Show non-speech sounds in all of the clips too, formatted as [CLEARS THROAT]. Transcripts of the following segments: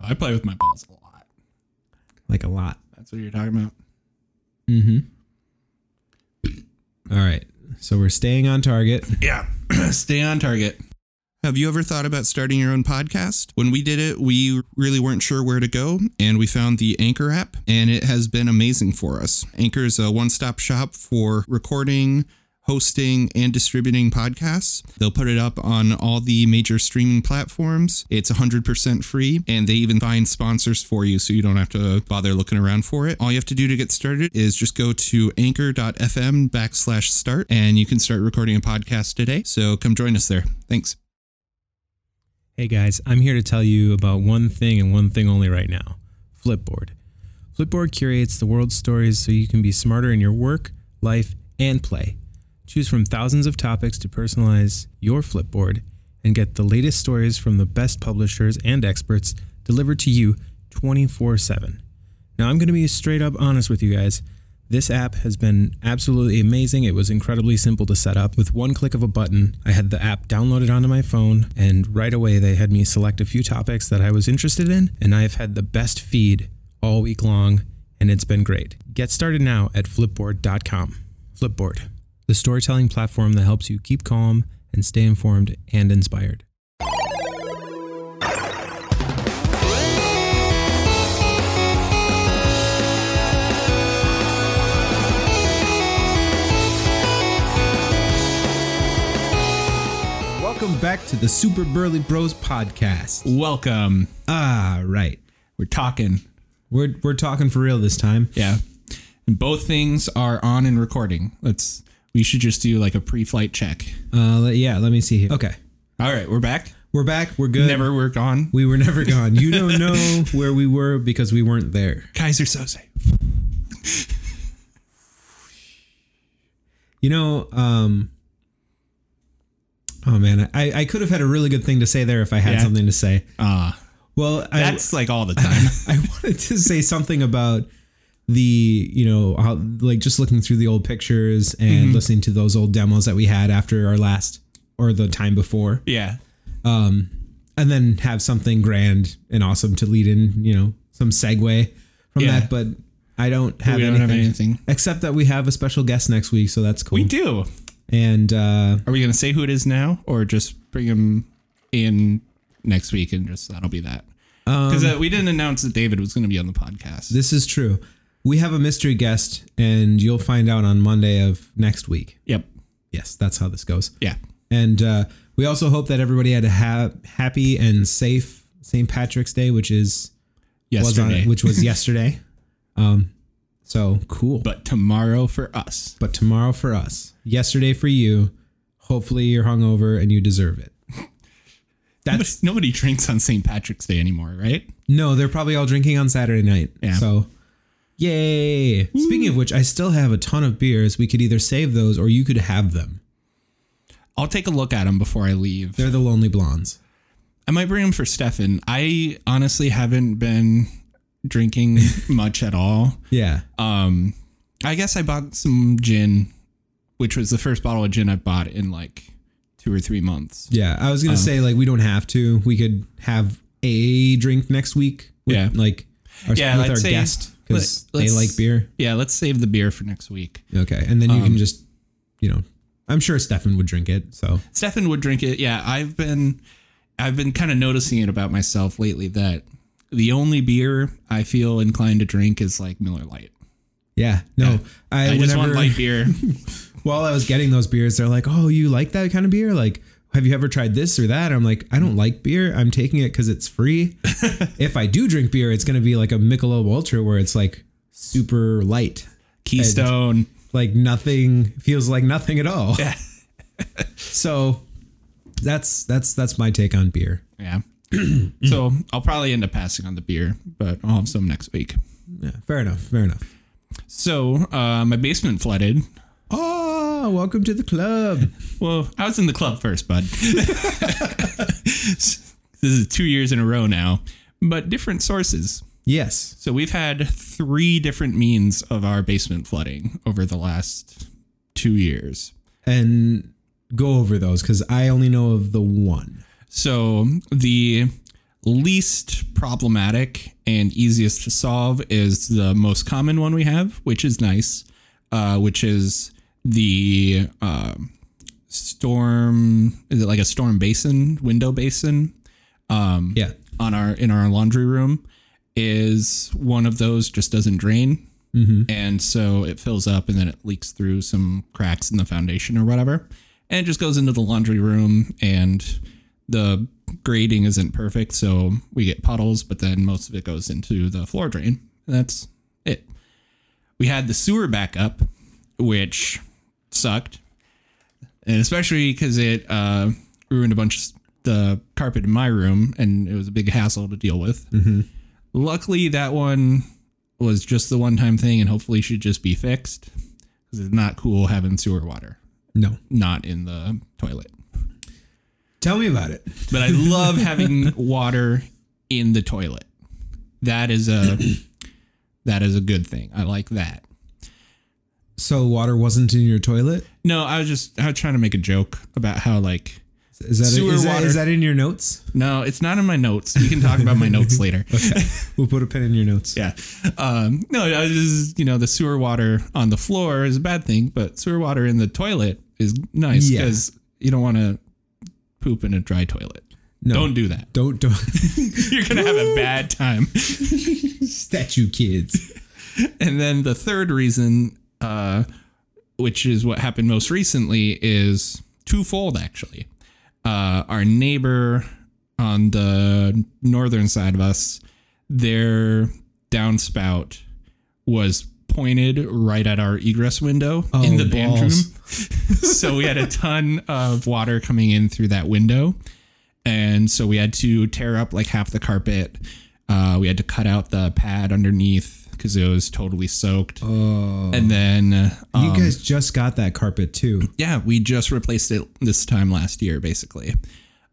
I play with my balls a lot. Like a lot. That's what you're talking about. Mm-hmm. All right. So we're staying on target. Yeah. Stay on target. Have you ever thought about starting your own podcast? When we did it, we really weren't sure where to go, and we found the Anchor app, and it has been amazing for us. Anchor is a one stop shop for recording, hosting, and distributing podcasts. They'll put it up on all the major streaming platforms. It's 100% free, and they even find sponsors for you, so you don't have to bother looking around for it. All you have to do to get started is just go to anchor.fm backslash start, and you can start recording a podcast today. So come join us there. Thanks. Hey guys, I'm here to tell you about one thing and one thing only right now Flipboard. Flipboard curates the world's stories so you can be smarter in your work, life, and play. Choose from thousands of topics to personalize your Flipboard and get the latest stories from the best publishers and experts delivered to you 24 7. Now, I'm going to be straight up honest with you guys. This app has been absolutely amazing. It was incredibly simple to set up. With one click of a button, I had the app downloaded onto my phone, and right away they had me select a few topics that I was interested in, and I've had the best feed all week long, and it's been great. Get started now at flipboard.com. Flipboard, the storytelling platform that helps you keep calm and stay informed and inspired. Welcome back to the Super Burly Bros podcast. Welcome. Ah, right. We're talking. We're, we're talking for real this time. Yeah. And both things are on and recording. Let's we should just do like a pre-flight check. Uh, le- yeah, let me see here. Okay. All right, we're back. We're back. We're good. Never we're gone. We were never gone. You [LAUGHS] don't know where we were because we weren't there. Guys are so safe. You know, um, oh man, I, I could have had a really good thing to say there if I had Yeah. something to say. Ah, Well, I, that's like [LAUGHS] all the time. I [LAUGHS] wanted to say something about the you know how like just looking through the old pictures and Mm-hmm. listening to those old demos that we had after our last or the time before yeah. Um, and then have something grand and awesome to lead in you know some segue from Yeah. that but i don't have, We don't anything, have anything. except that we have a special guest next week so that's cool We do. and uh Are we going to say who it is now or just bring him in next week and just that'll be that? Because uh, we didn't announce that David was going to be on the podcast. this is true we have a mystery guest and you'll find out on monday of next week yep. yes that's how this goes Yeah. And uh, we also hope that everybody had a ha- happy and safe St. Patrick's Day, which is was on, Yesterday. [LAUGHS] which was yesterday. Um, so cool. But, but tomorrow for us. tomorrow for us, yesterday for you. Hopefully you're hungover and you deserve it. Nobody, [LAUGHS] That's nobody drinks on St. Patrick's Day anymore, right? no, they're probably all drinking on Saturday night. Yeah. So yay! Speaking of which, I still have a ton of beers. We could either save those or you could have them. I'll take a look at him before I leave. They're the Lonely Blondes. I might bring him for Stefan. I honestly haven't been drinking much at all. Yeah. Um, I guess I bought some gin, which was the first bottle of gin I bought in like two or three months. Yeah, I uh. was gonna say like we don't have to. We could have a drink next week. With, Yeah. like our, Yeah, with I'd our say- guest because let- they let's- like beer. Yeah, let's save the beer for next week. Okay, and then you Um, can just, you know, I'm sure Stefan would drink it. So Stefan would drink it. Yeah, I've been I've been kind of noticing it about myself lately that the only beer I feel inclined to drink is like Miller Lite. yeah, no, I, I whenever just want light beer. while I was getting those beers, they're like, oh, you like that kind of beer? Like, have you ever tried this or that? I'm like, I don't like beer. I'm taking it because it's free. if I do drink beer, it's gonna be like a Michelob Ultra where it's like super light, Keystone. like nothing feels like nothing at all. [LAUGHS] so that's that's that's my take on beer. Yeah. [CLEARS THROAT] so I'll probably end up passing on the beer, but I'll have some next week. Yeah, fair enough. Fair enough. So uh, my basement flooded. Oh, welcome to the club. Well, I was in the club first, bud. [LAUGHS] this is two years in a row now, but different sources. yes. So we've had three different means of our basement flooding over the last two years. And go over those cuz I only know of the one. So the least problematic and easiest to solve is the most common one we have, which is nice, uh, which is the um, storm, is it like a storm basin, window basin um, Yeah. on our in our laundry room is one of those just doesn't drain Mm-hmm. and so it fills up and then it leaks through some cracks in the foundation or whatever and it just goes into the laundry room and the grading isn't perfect so we get puddles but then most of it goes into the floor drain and that's it we had the sewer backup which sucked and especially because it uh, ruined a bunch of s- the carpet in my room and it was a big hassle to deal with luckily that one was just the one time thing and hopefully should just be fixed because it's not cool having sewer water No. not in the toilet Tell me about it. but i love having water in the toilet that is a that is a good thing i like that So water wasn't in your toilet? no i was just i was trying to make a joke about how like Is that, Sewer is that water. is that in your notes? no it's not in my notes we can talk about my notes later We'll put a pin in your notes. yeah um no I was just, you know the sewer water on the floor is a bad thing but sewer water in the toilet is nice Yeah. because you don't want to poop in a dry toilet No. Don't do that. [LAUGHS] Don't don't [LAUGHS] You're gonna have a bad time. statue kids. And then the third reason, uh, which is what happened most recently, is twofold actually. Uh, our neighbor on the northern side of us, their downspout was pointed right at our egress window in the bedroom. Oh, [LAUGHS] balls. so we had a ton of water coming in through that window. And so we had to tear up like half the carpet. Uh, we had to cut out the pad underneath because it was totally soaked. Oh. And then, you um, guys just got that carpet too. yeah, we just replaced it this time last year, basically.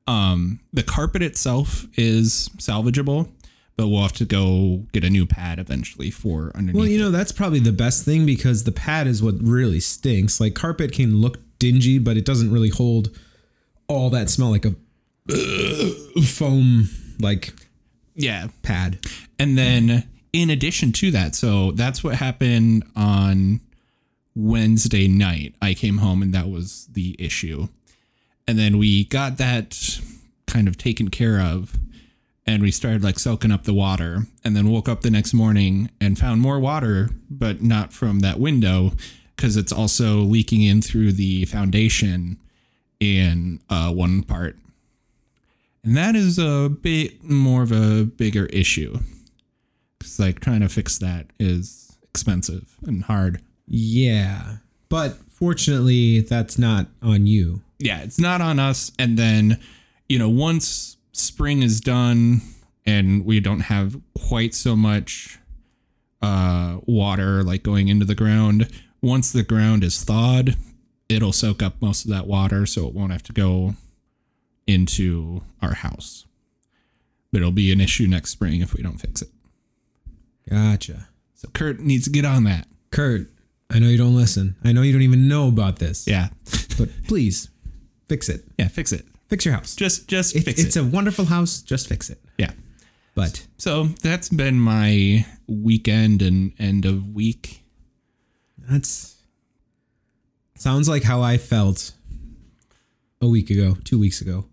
Um, the carpet itself is salvageable, but we'll have to go get a new pad eventually for underneath. Well, you know, that's probably the best thing because the pad is what really stinks. Like carpet can look dingy, but it doesn't really hold all that smell like a uh, foam like yeah. pad. And then in addition to that, so that's what happened on Wednesday night. I came home and that was the issue. And then we got that kind of taken care of and we started like soaking up the water and then woke up the next morning and found more water but not from that window because it's also leaking in through the foundation in uh, one part and that is a bit more of a bigger issue because like trying to fix that is expensive and hard Yeah. But fortunately, that's not on you. yeah, it's not on us. And then, you know, once spring is done and we don't have quite so much uh, water like going into the ground, once the ground is thawed, it'll soak up most of that water so it won't have to go into our house. But it'll be an issue next spring if we don't fix it. Gotcha. So Kurt needs to get on that. Kurt, I know you don't listen. I know you don't even know about this. Yeah. But please fix it. Yeah, fix it. Fix your house. Just just It- fix it's it. a wonderful house. Just fix it. yeah. But So that's been my weekend and end of week. That's sounds like how I felt a week ago, two weeks ago.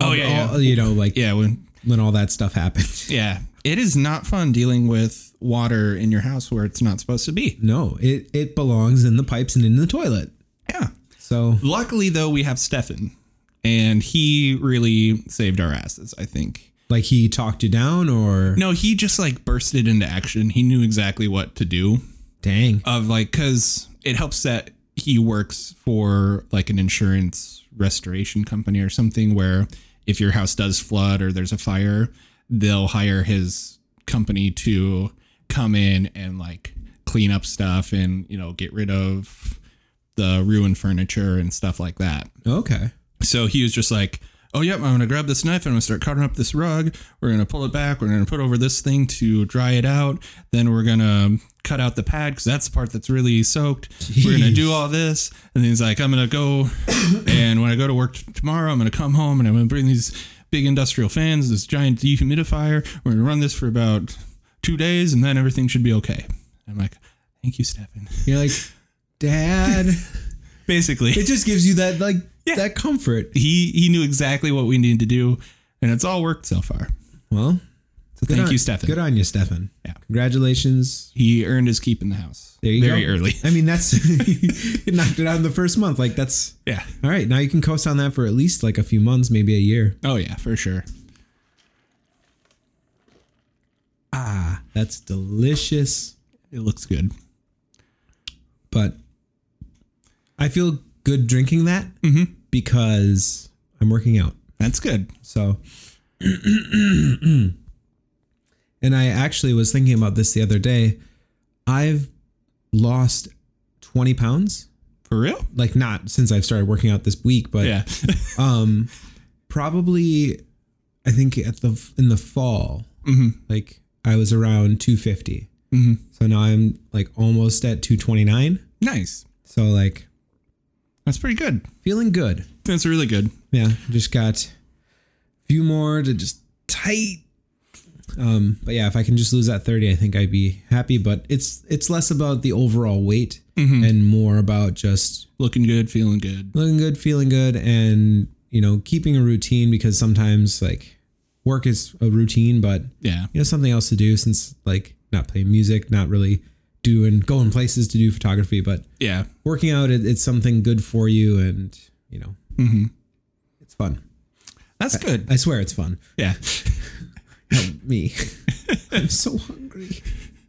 Oh All- you know, like yeah, when, when all that stuff happened. [LAUGHS] yeah. It is not fun dealing with water in your house where it's not supposed to be. No, it it belongs in the pipes and in the toilet. Yeah. So Luckily though, we have Stefan, and he really saved our asses. I think. like he talked you down, or No, he just like bursted into action. He knew exactly what to do. dang, Of like, cause it helps that he works for like an insurance restoration company or something where if your house does flood or there's a fire, they'll hire his company to come in and like clean up stuff and, you know, get rid of the ruined furniture and stuff like that. okay, So he was just like, "Oh yep, I'm gonna grab this knife. I'm gonna start cutting up this rug. We're gonna pull it back. We're gonna put over this thing to dry it out. Then we're gonna cut out the pad because that's the part that's really soaked. We're gonna do all this." [COUGHS] And he's like, "I'm gonna go, and when I go to work t- tomorrow, I'm gonna come home and I'm gonna bring these." big industrial fans, this giant dehumidifier. We're going to run this for about two days and then everything should be okay. I'm like, thank you, Stefan. [LAUGHS] You're like, Dad. Basically, it just gives you that like Yeah. that comfort. he, he knew exactly what we needed to do and it's all worked so far. Well, So good thank on- you, Stefan. Good on you, Stefan. Yeah. Congratulations. He earned his keep in the house There you very go. early. [LAUGHS] I mean, that's [LAUGHS] you knocked it out in the first month. Like that's Yeah. all right. Now you can coast on that for at least like a few months, maybe a year. Oh yeah, for sure. Ah. That's delicious. It looks good. but I feel good drinking that Mm-hmm. because I'm working out. That's good. So, [CLEARS THROAT] and I actually was thinking about this the other day. I've lost 20 pounds, For real? like not since I've started working out this week, but Yeah. um, probably I think at the in the fall, like I was around 250. So now I'm like almost at 229. [LAUGHS] nice. So like That's pretty good. feeling good. That's really good. Yeah, just got a few more to just tight. Um, but yeah, if I can just lose that 30, I think I'd be happy. But it's it's less about the overall weight and more about just Looking good, feeling good. looking good, feeling good, and you know, keeping a routine because sometimes like work is a routine, but Yeah. you know, something else to do since like not playing music, not really doing going places to do photography, but Yeah. working out it, it's something good for you and you know it's fun. That's good. I swear it's fun. Yeah. Help me. [LAUGHS] I'm so hungry.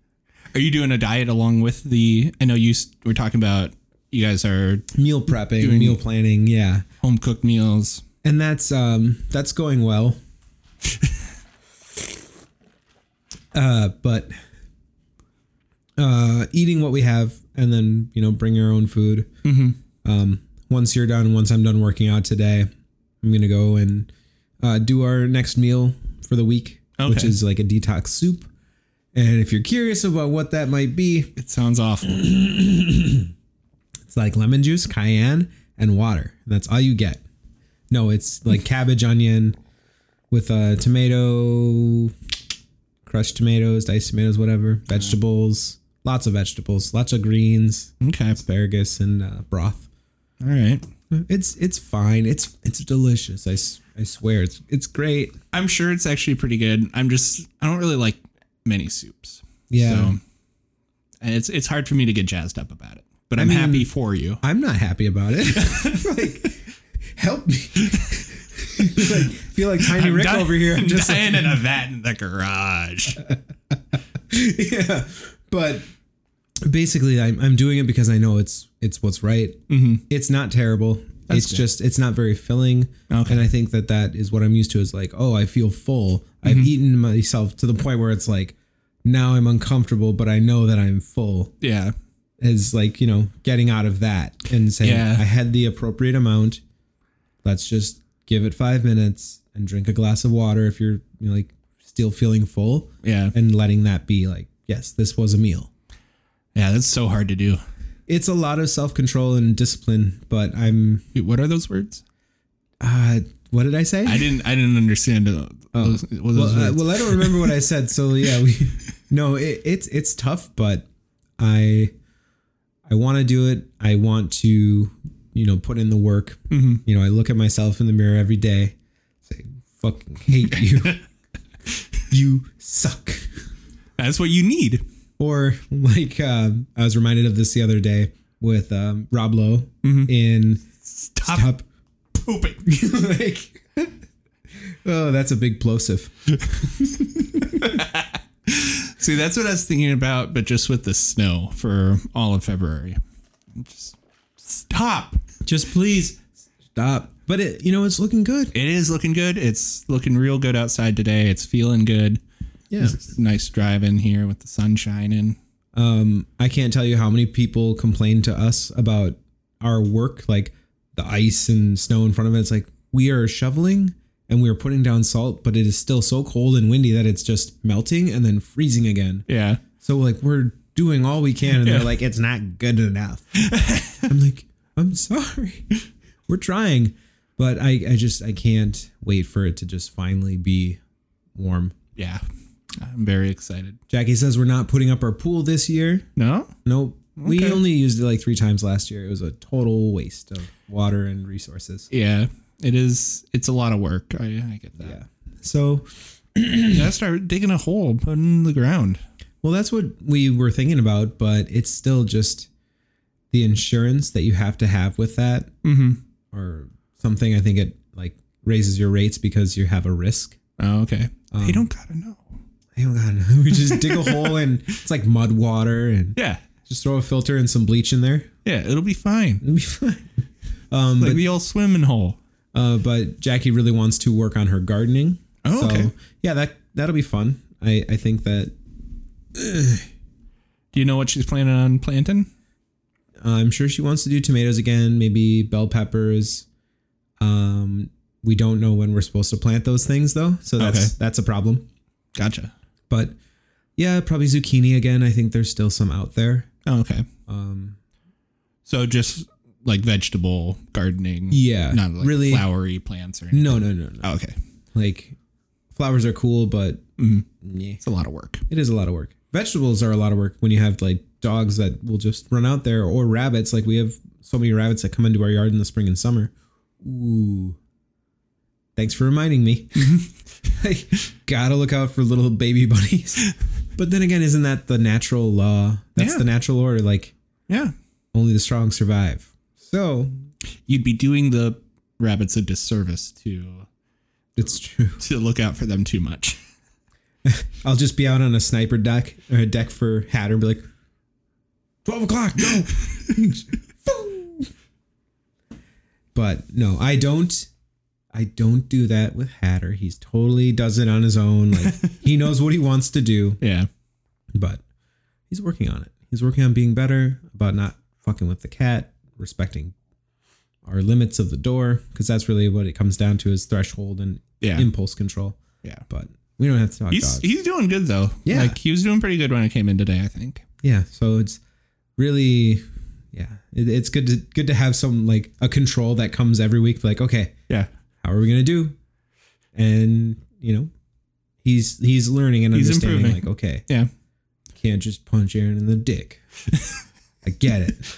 [LAUGHS] Are you doing a diet along with the? I know you s- were talking about you guys are Meal prepping, Doing- meal planning, yeah. home cooked meals. And that's um that's going well. uh but uh eating what we have and then, you know, bring your own food. Mm-hmm. Um once you're done, once I'm done working out today, I'm going to go and uh, do our next meal for the week, which Okay. is like a detox soup. And if you're curious about what that might be, It sounds awful. It's like lemon juice, cayenne, and water. That's all you get. No, it's like cabbage, onion, with a tomato, crushed tomatoes, diced tomatoes, whatever, vegetables, lots of vegetables, lots of greens, [CLEARS THROAT] Okay. asparagus, and uh, broth. All right. It's it's fine. It's it's delicious. I, s- I swear it's it's great. I'm sure it's actually pretty good. I'm just I don't really like many soups. Yeah. So, and it's it's hard for me to get jazzed up about it. But I I'm mean- happy for you. I'm not happy about it. [LAUGHS] like, help me. [LAUGHS] like, feel like Tiny I'm Rick di- over here. I'm I'm just like, dying in a [LAUGHS] vat in the garage. yeah but basically I'm, I'm doing it because i know it's it's what's right Mm-hmm. it's not terrible it's just it's not very filling Okay. and i think that that is what i'm used to is like oh i feel full i've Mm-hmm. eaten myself to the point where it's like now i'm uncomfortable but i know that i'm full yeah. is like you know getting out of that and saying Yeah. i had the appropriate amount let's just give it five minutes and drink a glass of water if you're you know, like still feeling full Yeah. and letting that be like, yes, this was a meal. Yeah, that's so hard to do. It's a lot of self control and discipline, but I'm. Wait, what are those words? Uh, what did I say? I didn't I didn't understand [LAUGHS] uh, those, what those well, uh, words. well, I don't remember what I said. So [LAUGHS] yeah, we. No, it, it's it's tough, but I, I want to do it. I want to, you know, put in the work. Mm-hmm. You know, I look at myself in the mirror every day. Say, fucking [LAUGHS] hate you. you suck. That's what you need. Or like um, I was reminded of this the other day with um, Rob Lowe in Stop, Top. pooping. [LAUGHS] like, oh, that's a big plosive. See, that's what I was thinking about, but just with the snow for all of February. Just stop. Just please stop. But it, you know, it's looking good. It is looking good. It's looking real good outside today. It's feeling good. Yeah. It's nice drive in here with the sun shining. Um, I can't tell you how many people complain to us about our work, like the ice and snow in front of it. It's like we are shoveling and we are putting down salt, but it is still so cold and windy that it's just melting and then freezing again. Yeah. So like we're doing all we can, and they're like, it's not good enough. I'm like, I'm sorry. [LAUGHS] We're trying. But I, I just I can't wait for it to just finally be warm. Yeah. I'm very excited. Jackie says we're not putting up our pool this year. No? Nope. We Okay. only used it like three times last year. It was a total waste of water and resources. Yeah. It is it's a lot of work. I, I get that. Yeah. So, You gotta start digging a hole, put it in the ground. well, that's what we were thinking about, but it's still just the insurance that you have to have with that Mm-hmm. or something. I think it like raises your rates because you have a risk. Oh, okay. they Um, don't gotta know. I don't know. Oh, [LAUGHS] We just dig a hole and it's like mud water and Yeah. just throw a filter and some bleach in there. Yeah, it'll be fine. It'll be fine. [LAUGHS] Um, Like but the old swimming hole. Uh, but Jackie really wants to work on her gardening. Oh, okay. Yeah, that that'll be fun. I I think that Do you know what she's planning on planting? uh, I'm sure she wants to do tomatoes again, maybe bell peppers. Um, we don't know when we're supposed to plant those things though, so that's Okay. that's a problem. Gotcha. But yeah, probably zucchini again. I think there's still some out there. Oh, okay. Um, So just like vegetable gardening. Yeah, Not like really- flowery plants or anything. no, no, no, no. Oh, okay. Like flowers are cool, but Mhm. yeah. It's a lot of work. It is a lot of work. Vegetables are a lot of work when you have like dogs that will just run out there or rabbits. Like we have so many rabbits that come into our yard in the spring and summer. Ooh. Thanks for reminding me. like, [LAUGHS] gotta look out for little baby bunnies. But then again, isn't that the natural law? That's Yeah. the natural order. Like Yeah. only the strong survive. So You'd be doing the rabbits a disservice to it's true. to look out for them too much. I'll just be out on a sniper deck or a deck for Hatter and be like, 12 o'clock, no. [LAUGHS] but no, I don't. I don't do that with Hatter. He's totally does it on his own. [LAUGHS] Like he knows what he wants to do, [LAUGHS] Yeah. but he's working on it. He's working on being better about not fucking with the cat, respecting our limits of the door, because that's really what it comes down to is threshold and Yeah. impulse control. Yeah. But we don't have to talk He's dogs. he's doing good though. Yeah. Like he was doing pretty good when I came in today, I think. yeah so it's really yeah it, it's good to good to have some like a control that comes every week like okay Yeah. how are we gonna do and you know he's he's learning and He's understanding improving. like okay Yeah. can't just punch aaron in [LAUGHS] the dick i get it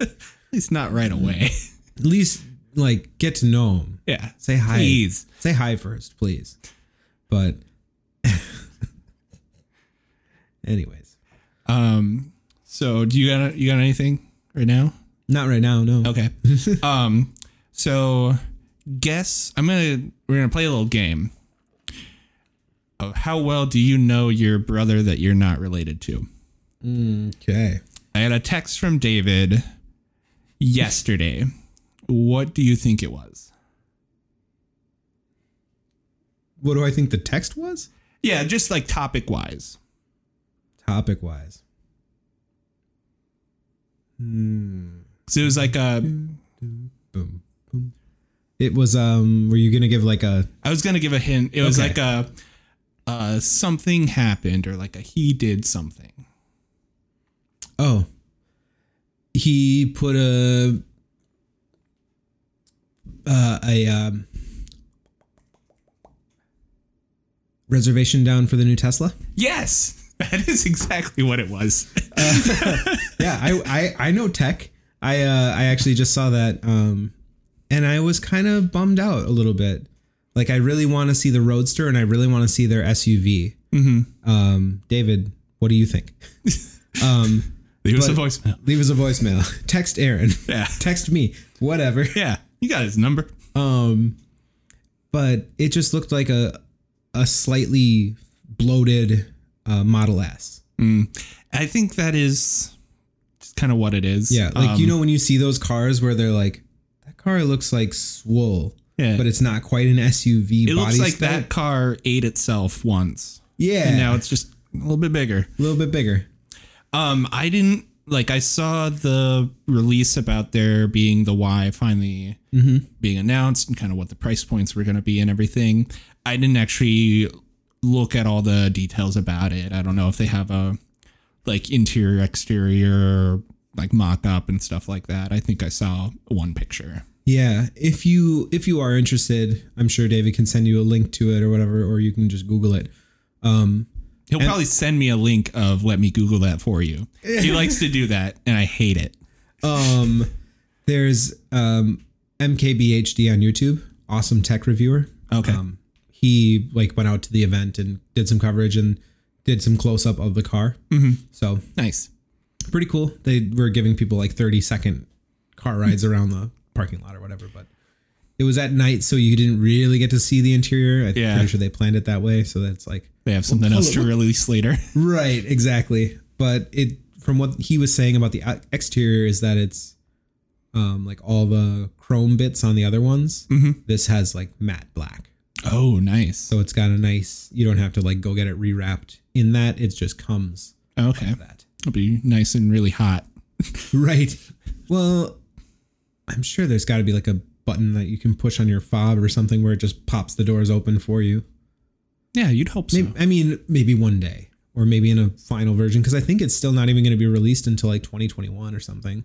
At least not right away. at least like get to know him [LAUGHS] yeah. say hi Please. say hi first please but [LAUGHS] anyways Um so do you got you got anything right now? not right now [LAUGHS] no Okay. um so guess I'm going to we're going to play a little game. Oh, how well do you know your brother that you're not related to? Mm, okay I had a text from David yesterday. What do you think it was? what do i think the text was Yeah, just like topic wise. topic wise. So it was like uh, Hmm. Boom, boom. It was um were you gonna give like a I was gonna give a hint. It was Okay. like a uh something happened or like a he did something. oh he put a uh, a um reservation down for the new Tesla? Yes, [LAUGHS] that is exactly what it was. Yeah, I I, I know tech. I uh I actually just saw that um and I was kind of bummed out a little bit. Like I really want to see the Roadster and I really want to see their SUV. Um David, what do you think? It was a But- voicemail. leave us a voicemail [LAUGHS] text aaron Yeah. [LAUGHS] text me whatever Yeah, you got his number. um but it just looked like a a slightly bloated uh, model s I think that is just kind of what it is. yeah like Um, you know when you see those cars where they're like that car looks like swole Yeah. but it's not quite an suv it body looks like style. that car ate itself once, yeah and now it's just a little bit bigger. a little bit bigger Um, I didn't like. I saw the release about there being the Y finally being announced and kind of what the price points were going to be and everything. I didn't actually look at all the details about it. I don't know if they have a like interior, exterior, like mock up and stuff like that. I think I saw one picture. Yeah, if you if you are interested, I'm sure David can send you a link to it or whatever, or you can just Google it. Um, He'll probably send me a link of let me Google that for you. He likes to do that, and I hate it. um, [LAUGHS] there's um, MKBHD on YouTube, awesome tech reviewer. Okay. Um, he like went out to the event and did some coverage and did some close up of the car. Mm-hmm. So Nice. pretty cool. They were giving people like 30 second car rides around the parking lot or whatever, but it was at night, so you didn't really get to see the interior. I'm Yeah. pretty sure they planned it that way. So that's like, They have something else to release later. [LAUGHS] right, exactly. But it, from what he was saying about the o- exterior, is that it's um, like all the chrome bits on the other ones. This has like matte black. Oh, nice. So it's got a nice, you don't have to like go get it rewrapped in that. It just comes Okay. that. It'll be nice and really hot. Right. Well, I'm sure there's got to be like a button that you can push on your fob or something where it just pops the doors open for you. Yeah, you'd hope so. Maybe, I mean, maybe one day or maybe in a final version because I think it's still not even going to be released until like 2021 or something.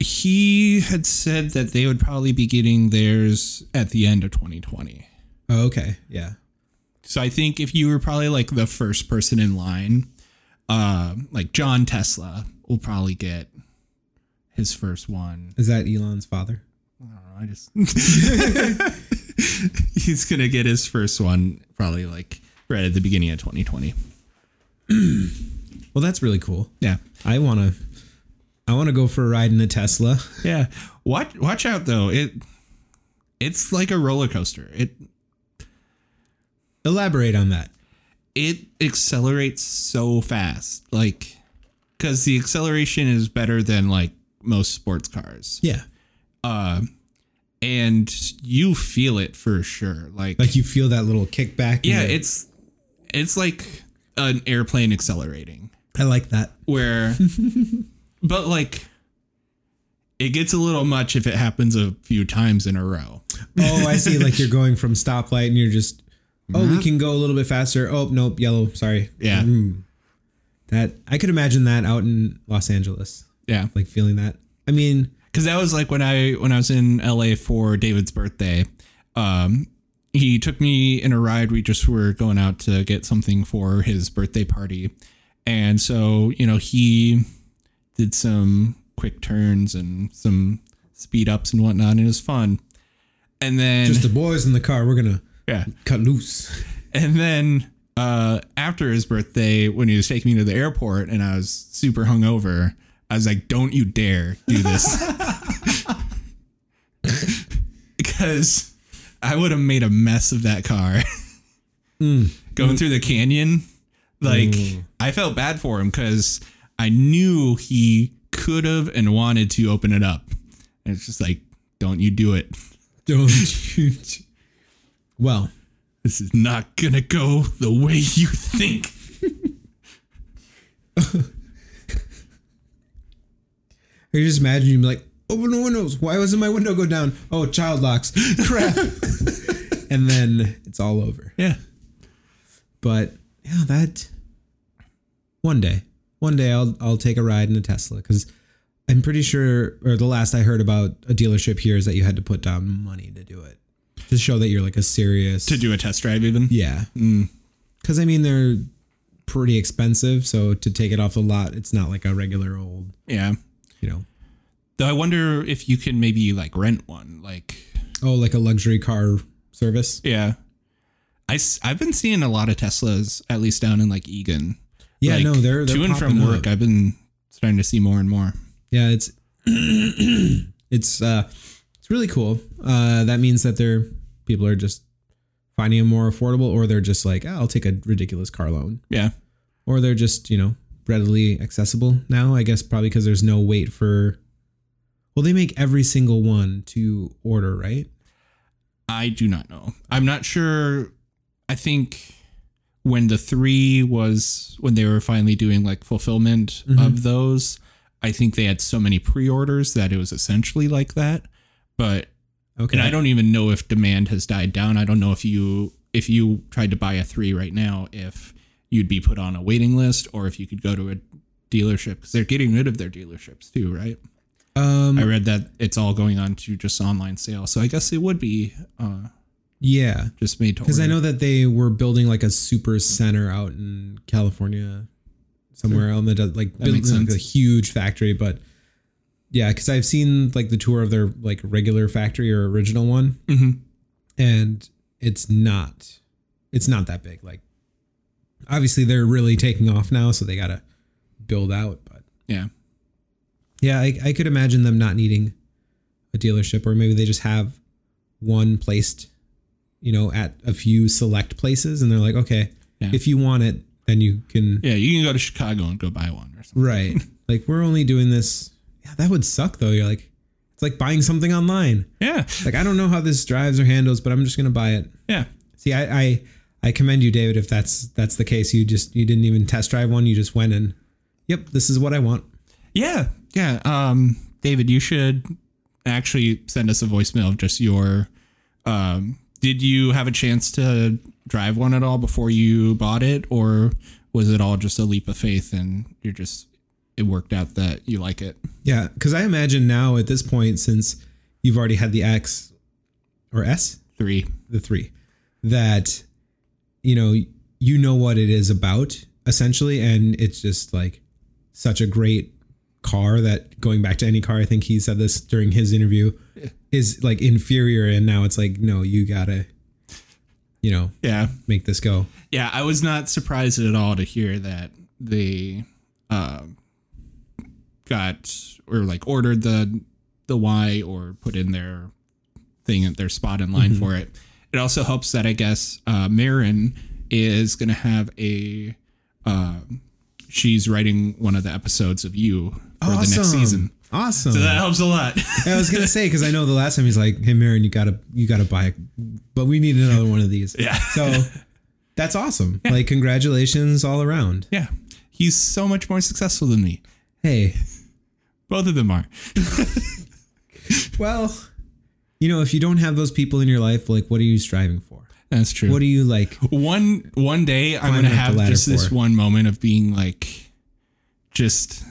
He had said that they would probably be getting theirs at the end of 2020. Oh, okay. Yeah. So I think if you were probably like the first person in line, uh, like John Tesla will probably get his first one. Is that Elon's father? I don't know. I just [LAUGHS] he's gonna get his first one probably like right at the beginning of 2020. Well, that's really cool. Yeah, I want to. I want to go for a ride in a Tesla. yeah. Watch watch out though. It it's like a roller coaster. It Elaborate on that. it accelerates so fast, like because the acceleration is better than like most sports cars. Yeah. and you feel it for sure. Like, Like you feel that little kickback. yeah, it's it's like an airplane accelerating I like that. where but like it gets a little much if it happens a few times in a row. Oh, I see. Like you're [LAUGHS] going from stoplight and you're just, oh, we can go a little bit faster. Oh, nope, yellow. Sorry. Yeah. Mm. That I could imagine that out in Los Angeles, Yeah. like feeling that. I mean, Cuz that was like when I when I was in LA for David's birthday. Um he took me in a ride. We just were going out to get something for his birthday party. And so, you know, he did some quick turns and some speed ups and whatnot, and it was fun. And then, just the boys in the car. We're gonna [LAUGHS] yeah. cut loose. And then uh, after his birthday, when he was taking me to the airport and I was super hungover, I was like, don't you dare do this. [LAUGHS] Because I would have made a mess of that car. Going through the canyon, like, I felt bad for him because I knew he could have and wanted to open it up. And it's just like, don't you do it. [LAUGHS] Don't you? [LAUGHS] Well, This is not going to go the way you think. I could just imagine you would be like, oh, open the windows. Why wasn't my window go down? Oh, child locks. [LAUGHS] Crap. and then it's all over. Yeah. but yeah, that one day, one day I'll I'll take a ride in a Tesla because I'm pretty sure, or the last I heard about a dealership here is that you had to put down money to do it to show that you're like a serious to do Mm. a test drive even Yeah, because I mean they're pretty expensive, so to take it off the lot, it's not like a regular old, yeah you know, though i wonder if you can maybe like rent one like oh like a luxury car service. yeah I, have been seeing a lot of teslas at least down in like egan Yeah, Like, no, they're, they're to and from popping up. work i've been starting to see more and more yeah it's [CLEARS THROAT] it's uh it's really cool uh that means that they're people are just finding them more affordable or they're just like "Ah, i'll take a ridiculous car loan yeah or they're just you know readily accessible now i guess probably because there's no wait for well they make every single one to order right i do not know i'm not sure i think when the three was when they were finally doing like fulfillment Mm-hmm. of those i think they had so many pre-orders that it was essentially like that but okay And I don't even know if demand has died down. I don't know if you if you tried to buy a three right now, if you'd be put on a waiting list or if you could go to a dealership because they're getting rid of their dealerships too, right? um, I read that it's all going on to just online sale, so I guess it would be uh, Yeah. just made to Because I order. know that they were building like a super center out in California, somewhere on the like building makes like a sense. huge factory. But yeah, because I've seen like the tour of their like regular factory or original one, Mhm. and it's not, it's not that big. Like, obviously they're really taking off now, so they gotta build out. But Yeah, yeah, I, I could imagine them not needing a dealership, or maybe they just have one placed, you know, at a few select places, and they're like, okay, Yeah. if you want it, then you can. yeah, you can go to Chicago and go buy one or something. [LAUGHS] Right. like we're only doing this. Yeah, that would suck though. You're like, it's like buying something online. Yeah, Like I don't know how this drives or handles, but I'm just gonna buy it. yeah, See, I, I, I commend you, David. If that's that's the case, you just you didn't even test drive one. You just went and, yep, this is what I want. yeah, yeah. Um, David, you should actually send us a voicemail of just your. Um, did you have a chance to drive one at all before you bought it, or was it all just a leap of faith and you're just it worked out that you like it? Yeah, because I imagine now at this point, since you've already had the X or S, Three, the three, that you know you know what it is about essentially, and it's just like such a great car that going back to any car, I think he said this during his interview, is like inferior, and now it's like no, you gotta, you know, yeah. make this go. Yeah, I was not surprised at all to hear that they um, got or like ordered the the Y or put in their thing at their spot in line for it. It also helps that I guess uh, Marin is going to have a. Uh, she's writing one of the episodes of you for the next season. Awesome. So that helps a lot. I was gonna say because I know the last time he's like, "Hey, Marin, you gotta you gotta buy, it, but we need another one of these." Yeah. So that's awesome. Like, congratulations all around. yeah, he's so much more successful than me. Hey, Both of them are. well, you know, if you don't have those people in your life, like, what are you striving for? That's true. What do you like? one one day I'm Climbing gonna up the have ladder just this for. one moment of being like, just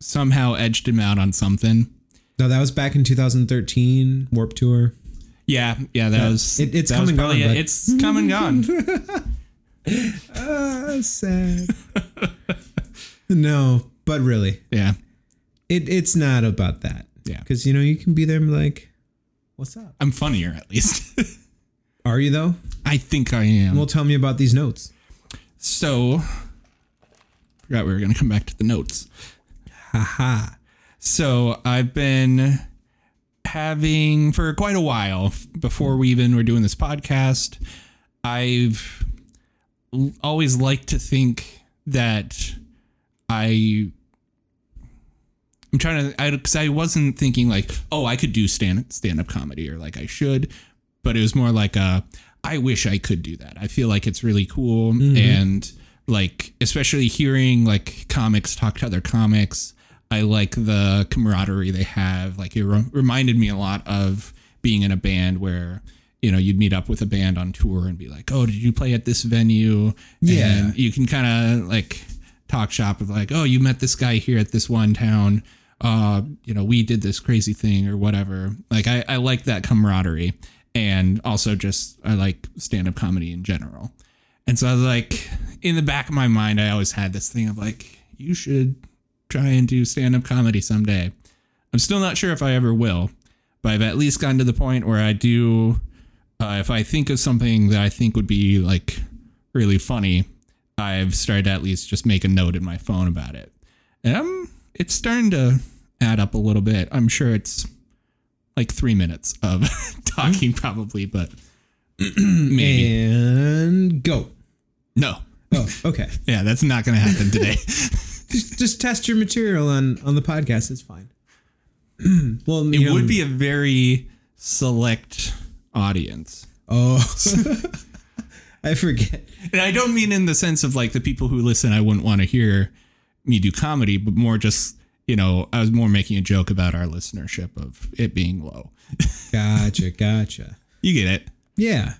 somehow edged him out on something. No, that was back in 2013 [LAUGHS] Warp Tour. Yeah, yeah, that was. it- it's that come was and probably gone, it. but- It's come and [LAUGHS] gone. Ah, sad. no, but really, Yeah, it it's not about that. Yeah. Because you know you can be there and be like, "What's up? I'm funnier at least. [LAUGHS] Are you though? I think I am. Well, tell me about these notes." so, forgot we were gonna come back to the notes. Haha. So I've been having for quite a while f- before we even were doing this podcast. I've l- always liked to think that I. I'm trying to, I because I wasn't thinking like, oh, I could do stand stand up comedy or like I should, but it was more like a, I wish I could do that. I feel like it's really cool and like especially hearing like comics talk to other comics. I like the camaraderie they have. Like it re- reminded me a lot of being in a band where you know you'd meet up with a band on tour and be like, oh, did you play at this venue? Yeah. And you can kind of like talk shop of like, oh, you met this guy here at this one town. Uh, you know, we did this crazy thing or whatever. Like, I, I like that camaraderie. And also, just I like stand up comedy in general. And so I was like, in the back of my mind, I always had this thing of like, you should try and do stand up comedy someday. I'm still not sure if I ever will, but I've at least gotten to the point where I do. Uh, if I think of something that I think would be like really funny, I've started to at least just make a note in my phone about it, and I'm it's starting to add up a little bit. I'm sure it's like three minutes of [LAUGHS] talking probably, but maybe And go. no. [LAUGHS] Oh, okay. Yeah, that's not going to happen today. just, just test your material on on the podcast. It's fine. [CLEARS THROAT] well, it would be a very select audience. [LAUGHS] Oh, [LAUGHS] I forget. And I don't mean in the sense of like the people who listen, I wouldn't want to hear me do comedy, but more just, you know, I was more making a joke about our listenership of it being low. Gotcha, gotcha. You get it. Yeah,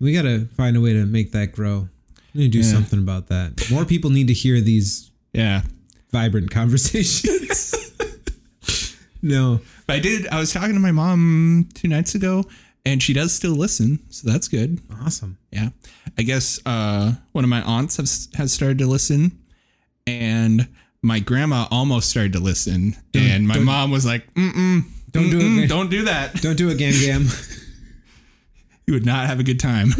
we gotta find a way to make that grow. We need to do something about that. More people need to hear these Yeah. [LAUGHS] vibrant conversations. [LAUGHS] no. But I did. I was talking to my mom two nights ago, and she does still listen, so that's good. Awesome. Yeah, I guess uh, one of my aunts has has started to listen, and my grandma almost started to listen, and my mom was like, "Mm-mm, Don't do it, mm-mm, man." Don't do that. Don't do it, Gam Gam. [LAUGHS] You would not have a good time."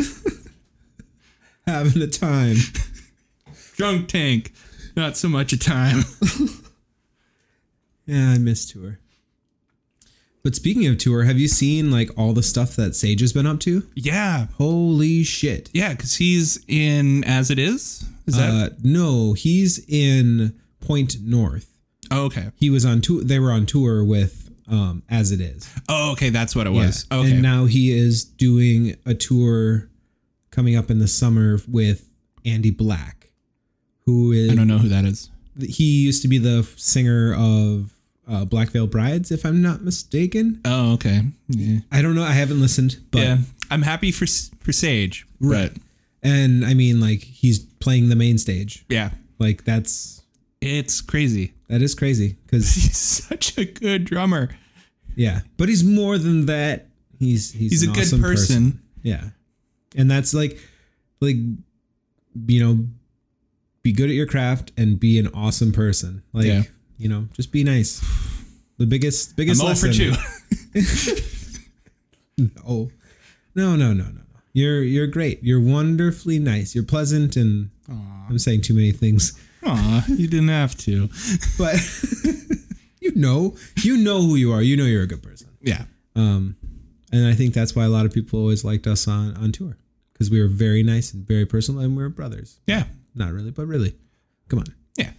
Having a time. Drunk tank, not so much a time. Yeah, I miss tour. But speaking of tour, have you seen like all the stuff that Sage has been up to? yeah, Holy shit. yeah, because he's in as it is. Is that uh, no, he's in Point North. oh, okay? He was on tour. They were on tour with um, As It Is. Oh, okay, that's what it was. Yeah. Okay, And now he is doing a tour coming up in the summer with Andy Black, who is I don't know who that is. he used to be the f- singer of uh, Black Veil Brides, if I'm not mistaken. Oh, okay. Yeah, I don't know. I haven't listened, but yeah. I'm happy for S- for Sage. Right. but and I mean, like he's playing the main stage. yeah, Like that's it's crazy. [LAUGHS] that is crazy because He's such a good drummer. yeah, but he's more than that. He's he's He's an a good awesome person. Yeah, and that's like like you know, be good at your craft and be an awesome person. Like Yeah. you know, just be nice. The biggest biggest I'm all for lesson- [LAUGHS] two. Oh, no, no, no, no, no. You're you're great. You're wonderfully nice. You're pleasant, and I'm saying too many things. Aw, you didn't have to. But [LAUGHS] you know, you know who you are. You know you're a good person. Yeah. Um, and I think that's why a lot of people always liked us on on tour because we were very nice and very personal, and we were brothers. Yeah. Not really, but really. Come on. Yeah.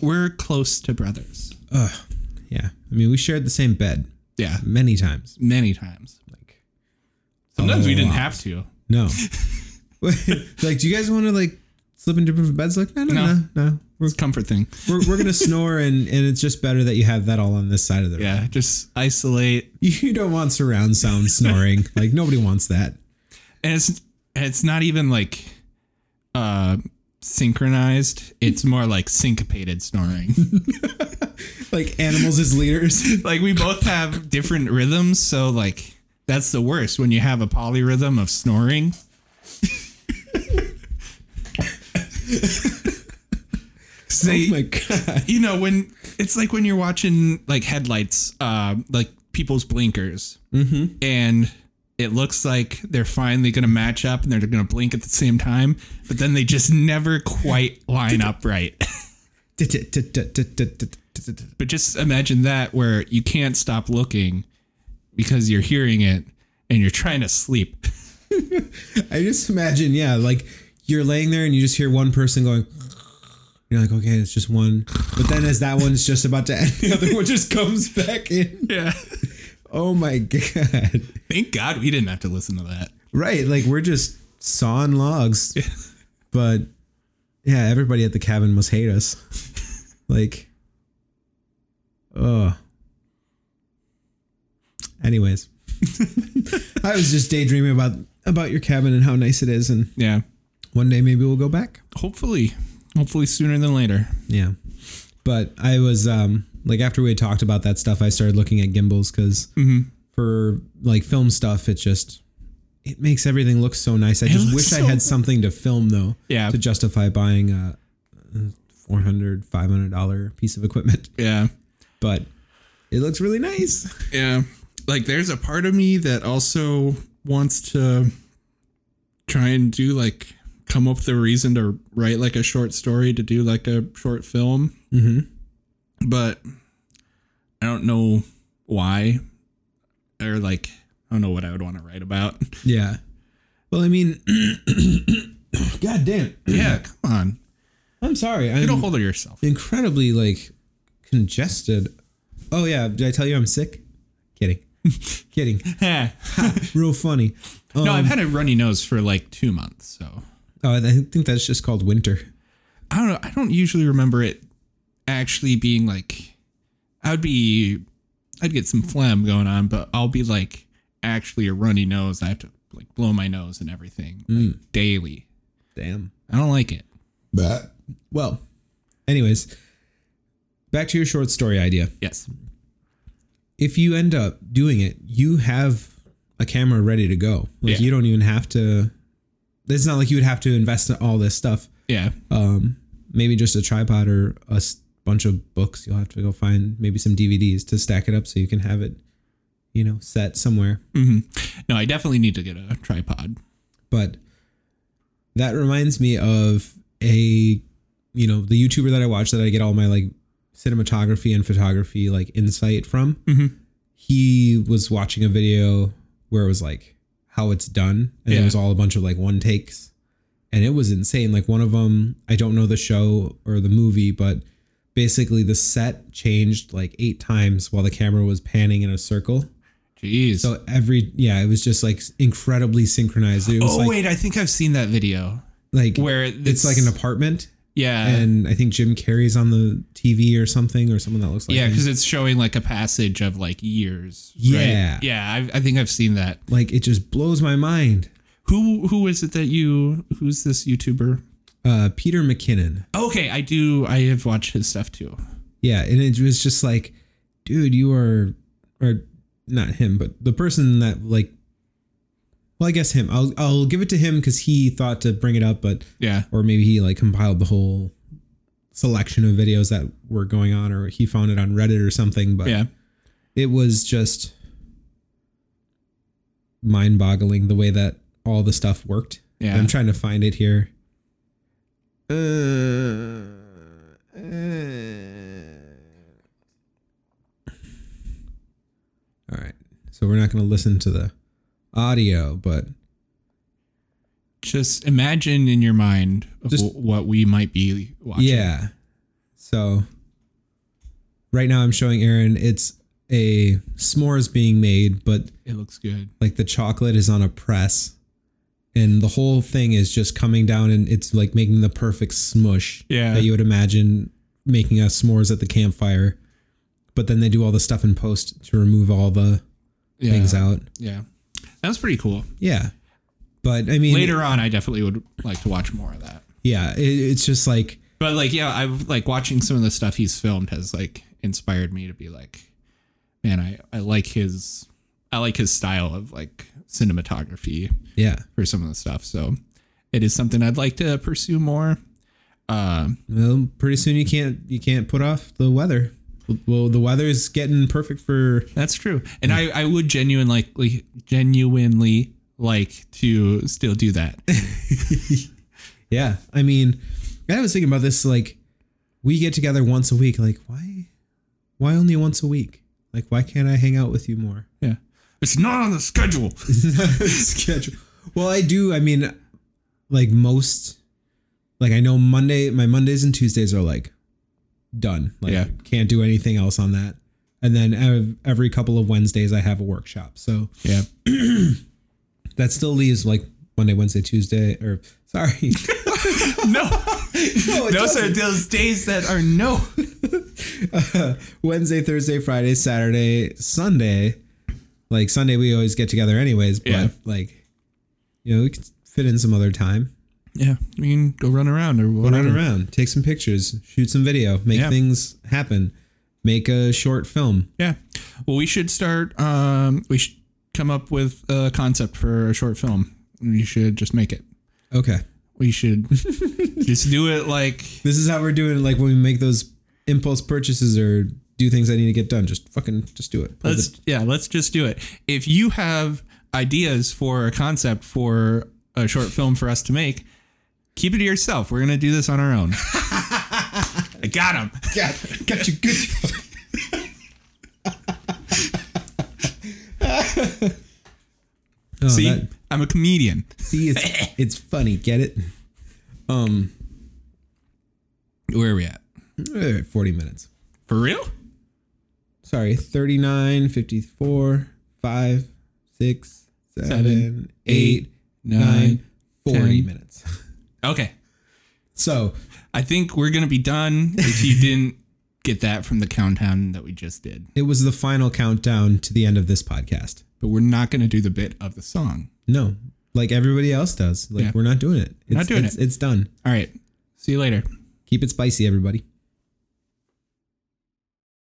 We're close to brothers. Yeah, I mean, we shared the same bed Yeah. many times. Many times. Like, Sometimes we Oh, didn't wow. have to. [LAUGHS] no. [LAUGHS] like, do you guys want to like slip into different beds? Like, no, no, No. no, no. We're It's a comfort thing. we're, we're gonna snore and and it's just better that you have that all on this side of the room. Yeah. Just isolate. You don't want surround sound snoring. like nobody wants that. And it's and it's not even like uh synchronized. It's more like syncopated snoring. [LAUGHS] Like animals as leaders. like we both have different rhythms, so like that's the worst when you have a polyrhythm of snoring. [LAUGHS] oh my god. you know when it's like when you're watching like headlights uh like people's blinkers Mm-hmm. and it looks like they're finally gonna match up and they're gonna blink at the same time but then they just never quite line up right [LAUGHS] but just imagine that where you can't stop looking because you're hearing it and you're trying to sleep [LAUGHS] I just imagine, yeah, like you're laying there and you just hear one person going. You're like, okay, it's just one. But then as that one's just about to end, [LAUGHS] the other one just comes back in. yeah Oh my [LAUGHS] god. thank god we didn't have to listen to that Right, like we're just sawing logs. But yeah, everybody at the cabin must hate us. like Oh. Anyways. I was just daydreaming about about your cabin and how nice it is and yeah one day maybe we'll go back. hopefully hopefully sooner than later Yeah. But I was um like after we had talked about that stuff, I started looking at gimbals because Mm-hmm. for like film stuff, it just it makes everything look so nice. I just looks wish I so- had something to film though. Yeah. To justify buying a four hundred, five hundred dollar piece of equipment, yeah but it looks [LAUGHS] really nice. Yeah. Like there's a part of me that also wants to try and do like come up with a reason to write like a short story to do like a short film. Mm-hmm. But I don't know why or like I don't know what I would want to write about. Yeah. Well, I mean, [COUGHS] God damn! yeah, [LAUGHS] come on. I'm sorry. Get a I'm hold of yourself. incredibly like congested. Oh yeah, did I tell you I'm sick? Kidding, [LAUGHS] kidding. [LAUGHS] no, Real funny. Um, I've had a runny nose for like two months, so Oh, I think that's just called winter. I don't know. I don't usually remember it actually being like. I would be, I'd get some phlegm going on, but I'll be like actually a runny nose. I have to like blow my nose and everything like, Mm. daily. Damn. I don't like it. Well, anyways, back to your short story idea. Yes. If you end up doing it, you have a camera ready to go. Like Yeah. you don't even have to. It's not like you would have to invest in all this stuff. Yeah. Um, maybe just a tripod or a s- bunch of books. You'll have to go find maybe some DVDs to stack it up so you can have it, you know, set somewhere. Mm-hmm. No, I definitely need to get a tripod. but that reminds me of a you know the youtuber that i watch that i get all my like cinematography and photography like insight from he was watching a video where it was like how it's done and Yeah. it was all a bunch of like one takes and it was insane like one of them i don't know the show or the movie but basically the set changed like eight times while the camera was panning in a circle Jeez. so every yeah it was just like incredibly synchronized it was oh like wait, I think I've seen that video like where it's, like an apartment yeah and i think jim carrey's on the tv or something or someone that looks like yeah him. because it's showing like a passage of like years. right? Yeah. Yeah, I, I think I've seen that. like it just blows my mind Who who is it that you who's this YouTuber? uh peter mckinnon Okay, I do. I have watched his stuff too. yeah and it was just like dude you are or not him but the person that like well i guess him i'll i'll give it to him because he thought to bring it up but Yeah. or maybe he like compiled the whole selection of videos that were going on or he found it on reddit or something but Yeah. it was just mind boggling the way that all the stuff worked. Yeah. I'm trying to find it here. uh. All right. So we're not going to listen to the audio, but Just imagine in your mind of Just- wh- what we might be watching. Yeah. So right now I'm showing Aaron it's a s'mores being made, but It looks good. like the chocolate is on a press and the whole thing is just coming down and it's like making the perfect smush Yeah. that you would imagine making us s'mores at the campfire. But then they do all the stuff in post to remove all the Yeah. things out. Yeah. That was pretty cool. Yeah. But I mean Later on, I definitely would like to watch more of that. Yeah, it, it's just like But like, yeah, I've like watching some of the stuff he's filmed has like inspired me to be like, man, I, I like his, I like his style of like cinematography yeah. for some of the stuff. So it is something I'd like to pursue more. Um, Well, pretty soon you can't you can't put off the weather. Well, the weather's getting perfect for That's true. And I, I would genuinely like genuinely like to still do that. [LAUGHS] yeah. I mean, I was thinking about this like we get together once a week. Like why, why only once a week? Like why can't I hang out with you more? [LAUGHS] yeah. It's not on the schedule. Schedule. Well, I do. I mean, like most, like I know Monday. My Mondays and Tuesdays are like done. Like Yeah. can't do anything else on that. And then ev- every couple of Wednesdays I have a workshop. So Yeah. that still leaves like Monday, Wednesday, Tuesday, or sorry. [LAUGHS] [LAUGHS] No. no, it Those are doesn't. those days that are no. [LAUGHS] Wednesday, Thursday, Friday, Saturday, Sunday. Like Sunday, we always get together anyways, but Yeah. like, you know, we could fit in some other time. [LAUGHS] Yeah. I mean, go run around or whatever. Run around, take some pictures, shoot some video, make Yeah. things happen, make a short film. Yeah. Well, we should start. Um, we should come up with a concept for a short film. We should just make it. Okay. We should [LAUGHS] just do it like This is how we're doing it, like when we make those impulse purchases or do things that need to get done. Just fucking just do it. Pull the- Let's yeah, let's just do it. If you have ideas for a concept for a short film for us to make, keep it to yourself. We're gonna do this on our own. [LAUGHS] I got him. got, [LAUGHS] got you good. oh, [LAUGHS] See, that- I'm a comedian. see, it's, [LAUGHS] it's funny. Get it? Um, Where are we at? we're at forty minutes. For real? Sorry, 39, 54, 5, 6, 7, Seven, 8, eight, 9, nine, 40 ten. minutes. [LAUGHS] Okay. So, I think we're gonna be done. If [LAUGHS] you didn't get that from the countdown that we just did, it was the final countdown to the end of this podcast. but we're not gonna do the bit of the song. No, like everybody else does. Like, Yeah. we're not doing it. It's, Not doing it's, it. It's done. All right. See you later. Keep it spicy, everybody.